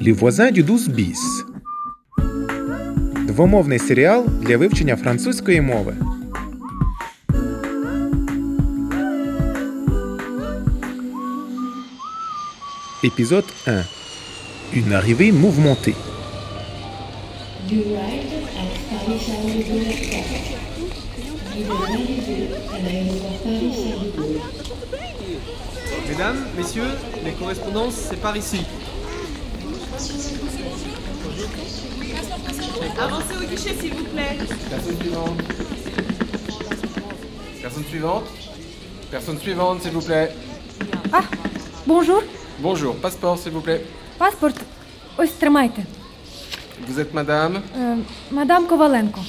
Les voisins du 12 bis. Двомовний серіал для вивчення французької мови. Épisode 1. Une arrivée mouvementée. Mesdames, messieurs, les correspondances, c'est par ici. Avancez au guichet, s'il vous plaît. Personne suivante. Personne suivante. Personne suivante, s'il vous plaît. А, бонжур, Bonjour, passeport, s'il vous plaît. паспорт. Ось тримайте. Vous êtes madame. Е, мадам Коваленко.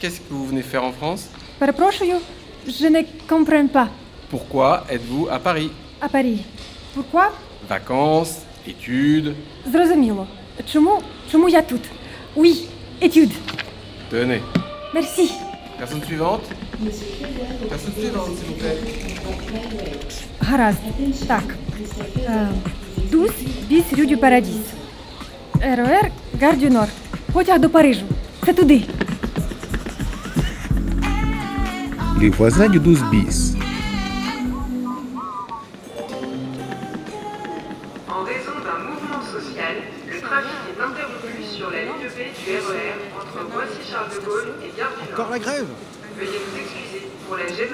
Qu'est-ce que vous venez faire en France Перепрошую, je ne comprends pas. Pourquoi êtes-vous à Paris А Парі. Pourquoi? Vacances, études. Зрозуміло. Чому? Чому я тут? Oui, étude. Tenez. Merci. Personne suivante. Personne suivante, s'il vous plaît. Гаразд. Так. Е, Дус біс рюдю парадіс. РОР Гардюнор. Потяг до Парижу. Це туди. Les voisins du 12 bis. En raison d'un mouvement social, le trafic est interrompu sur la ligne B du RER entre Boissy-Charles de Gaulle et Gare du Nord. Encore la grève Ah. Veuillez vous excuser pour la gêne.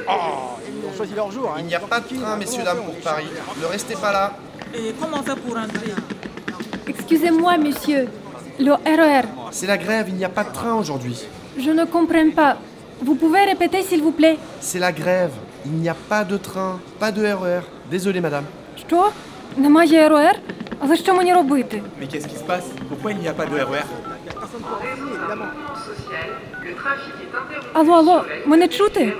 Ils ont choisi leur jour. hein. Il n'y a pas de train, messieurs, dames, pour Paris. Ne restez pas là. Et comment ça pour hein? entrer Excusez-moi, monsieur. Le ROR. C'est la grève, il n'y a pas de train aujourd'hui. Je ne comprends pas. Vous pouvez répéter, s'il vous plaît? C'est la grève. Il n'y a pas de train, pas de RER. Désolé, madame. Що? Немає РОР? Але що мені робити? Mais qu'est-ce qui se passe Pourquoi il n'y a pas de RER En raison d'un mouvement social, le trafic est interrompu Алло, алло, sur la ligne мене чути?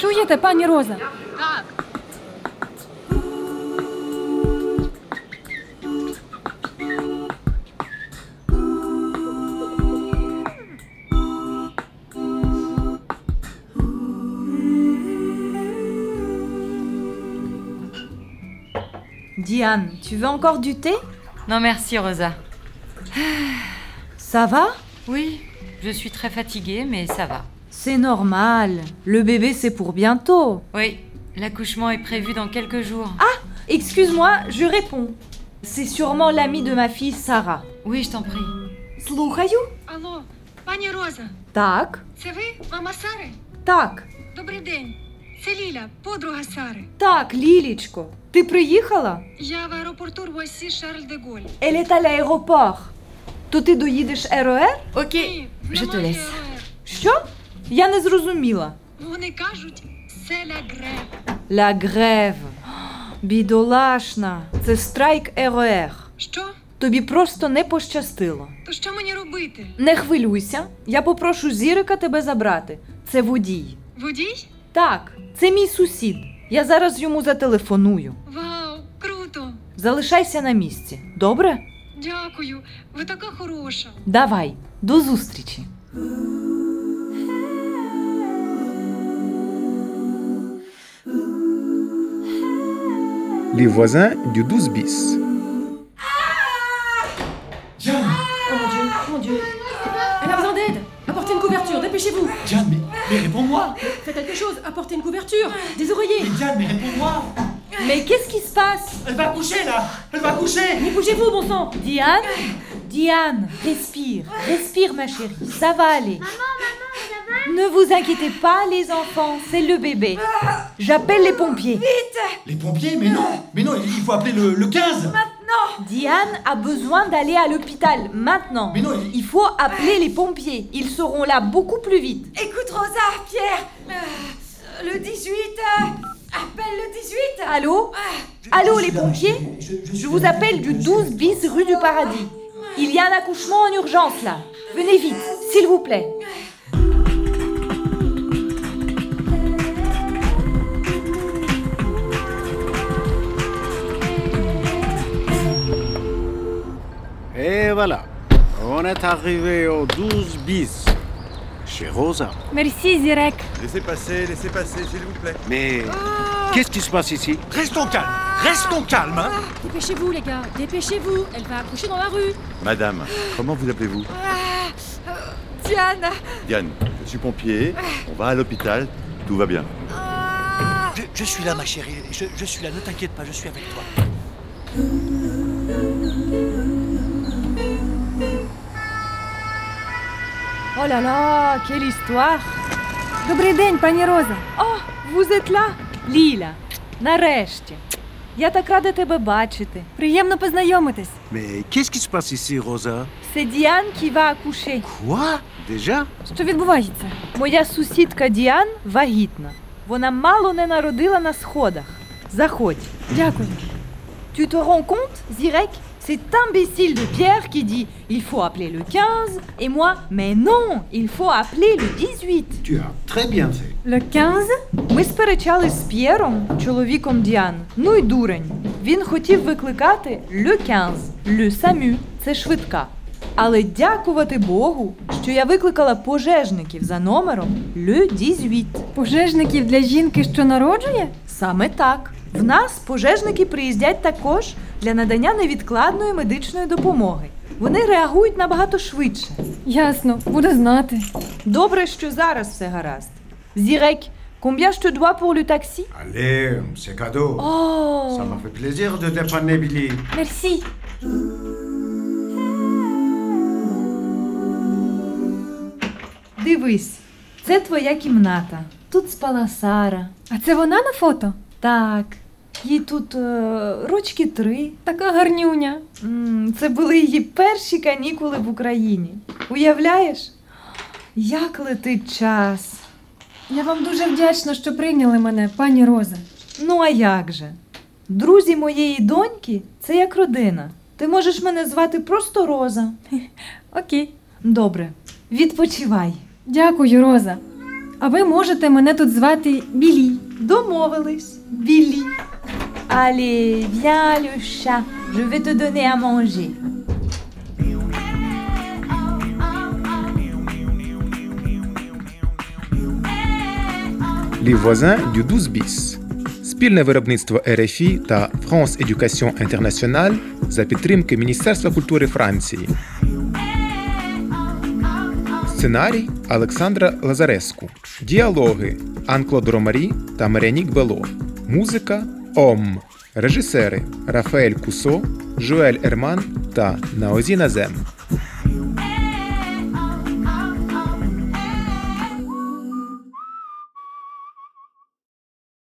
Чуєте, пані Роза? Diane, tu veux encore du thé Non merci Rosa. Ça va Oui, je suis très fatiguée mais ça va. C'est normal. Le bébé, c'est pour bientôt. Ah Oui, l'accouchement est prévu dans quelques jours. Excuse-moi, je réponds. C'est sûrement l'ami de ma fille Sarah. Oui, je t'en prie. Слухаю. Алло, пані Роза, Так, це ви мама Сари? так, Добрий день. Це Ліля, подруга Сари. так, Лілічко. Ти приїхала? Я в аеропорту Руасі Шарль де Голь. Elle est à l'aéroport. То ти доїдеш РОР? Ok, je te немає laisse. РР. Що? Я не зрозуміла. Ну, Вони кажуть, це ля греб. La grève. Бідолашна. Це страйк РОР. Що? Тобі просто не пощастило. То що мені робити? Не хвилюйся, я попрошу Зірика тебе забрати. Це водій. Водій? Так, це мій сусід. Я зараз йому зателефоную. Вау, круто! Залишайся на місці. Добре? Дякую, ви така хороша. Давай, до зустрічі. Les voisins du 12 bis. Diane Mon Dieu. Elle a besoin d'aide Apportez une couverture, dépêchez-vous Diane, mais, mais réponds-moi Faites quelque chose, apportez une couverture Des oreillers Mais Diane, mais réponds-moi Mais qu'est-ce qui se passe Elle va coucher là Elle va coucher Mais bougez-vous, bon sang Diane Diane, respire, respire ma chérie, ça va aller. Maman, maman, ça va Ne vous inquiétez pas les enfants, c'est le bébé. J'appelle les pompiers. Les pompiers Mais non Mais non, il il faut appeler le, le 15 Diane a besoin d'aller à l'hôpital maintenant. Mais non, il- Il faut appeler les pompiers. Ils seront là beaucoup plus vite. Écoute, Rosa, Pierre. euh, le 18. appelle le Ah. 18. Allô Allô les pompiers Je vous appelle du 12 bis rue du Paradis. Il y a un accouchement en urgence là. Venez vite, s'il vous plaît. Et voilà, on est arrivé au 12 bis, chez Rosa. Мерсі, Зірек. Laissez passer, laissez passer, s'il vous plaît. Mais Qu'est-ce qui se passe ici Restons calmes Restons calmes hein. Dépêchez-vous, les gars, dépêchez-vous. Elle va accoucher dans la rue. Madame, comment vous appelez-vous Diane Diane, je suis pompier, on va à l'hôpital, tout va bien. je, je suis là, ma chérie. Je, je suis là. Ne t'inquiète pas, je suis avec toi. Oh là là, quelle histoire Добрый день, пані Роза. О, vous êtes là Ліля, нарешті. Я так рада тебе бачити. Приємно познайомитись. Mais qu'est-ce qui se passe ici, Rosa Це Діан, qui va accoucher. Quoi Déjà Що відбувається? Моя сусідка Діан вагітна. Вона мало не народила на сходах. Заходь. Дякую. Tu te rends compte, Zirek Cet imbécile de Pierre qui dit il faut appeler le 15 et moi mais non, il faut appeler le 18. Tu as très bien fait. Le 15? Ми сперечались з П'єром, чоловіком Діан. Ну й дурень. Він хотів викликати Le 15, Le Самю, це швидка. Але дякувати Богу, що я викликала пожежників за номером Le 18. Пожежників для жінки, що народжує? Саме так. В нас пожежники приїздять також для надання невідкладної медичної допомоги. Вони реагують набагато швидше. Ясно, буду знати. Добре, що зараз все гаразд. Zirek, combien je te dois pour le taxi Allez, c'est cadeau. Oh. Ça m'a fait plaisir de dépanner Billy. Merci. Дивись, це твоя кімната. Тут спала Сара. А це вона на фото? Так. Їй тут е, рочки три. Така гарнюня. Це були її перші канікули в Україні. Уявляєш? Як летить час. Я вам дуже вдячна, що прийняли мене, пані Роза. Ну, а як же? Друзі моєї доньки це як родина. Ти можеш мене звати просто Роза. Окей. Добре. Відпочивай. Дякую, Роза. А ви можете мене тут звати Білі. Домовились. Білі. Allez, viens le chat, je vais te donner à manger. Les voisins du 12 bis. Спільне виробництво РФІ та France Education International за підтримки Міністерства культури Франції. Сценарій Олександра Лазареску. Діалоги Анкло Дромарі та Марянік Бело. Музика Ом. Режисери Рафаель Кусо, Жуель Ерман та Наозі Назем.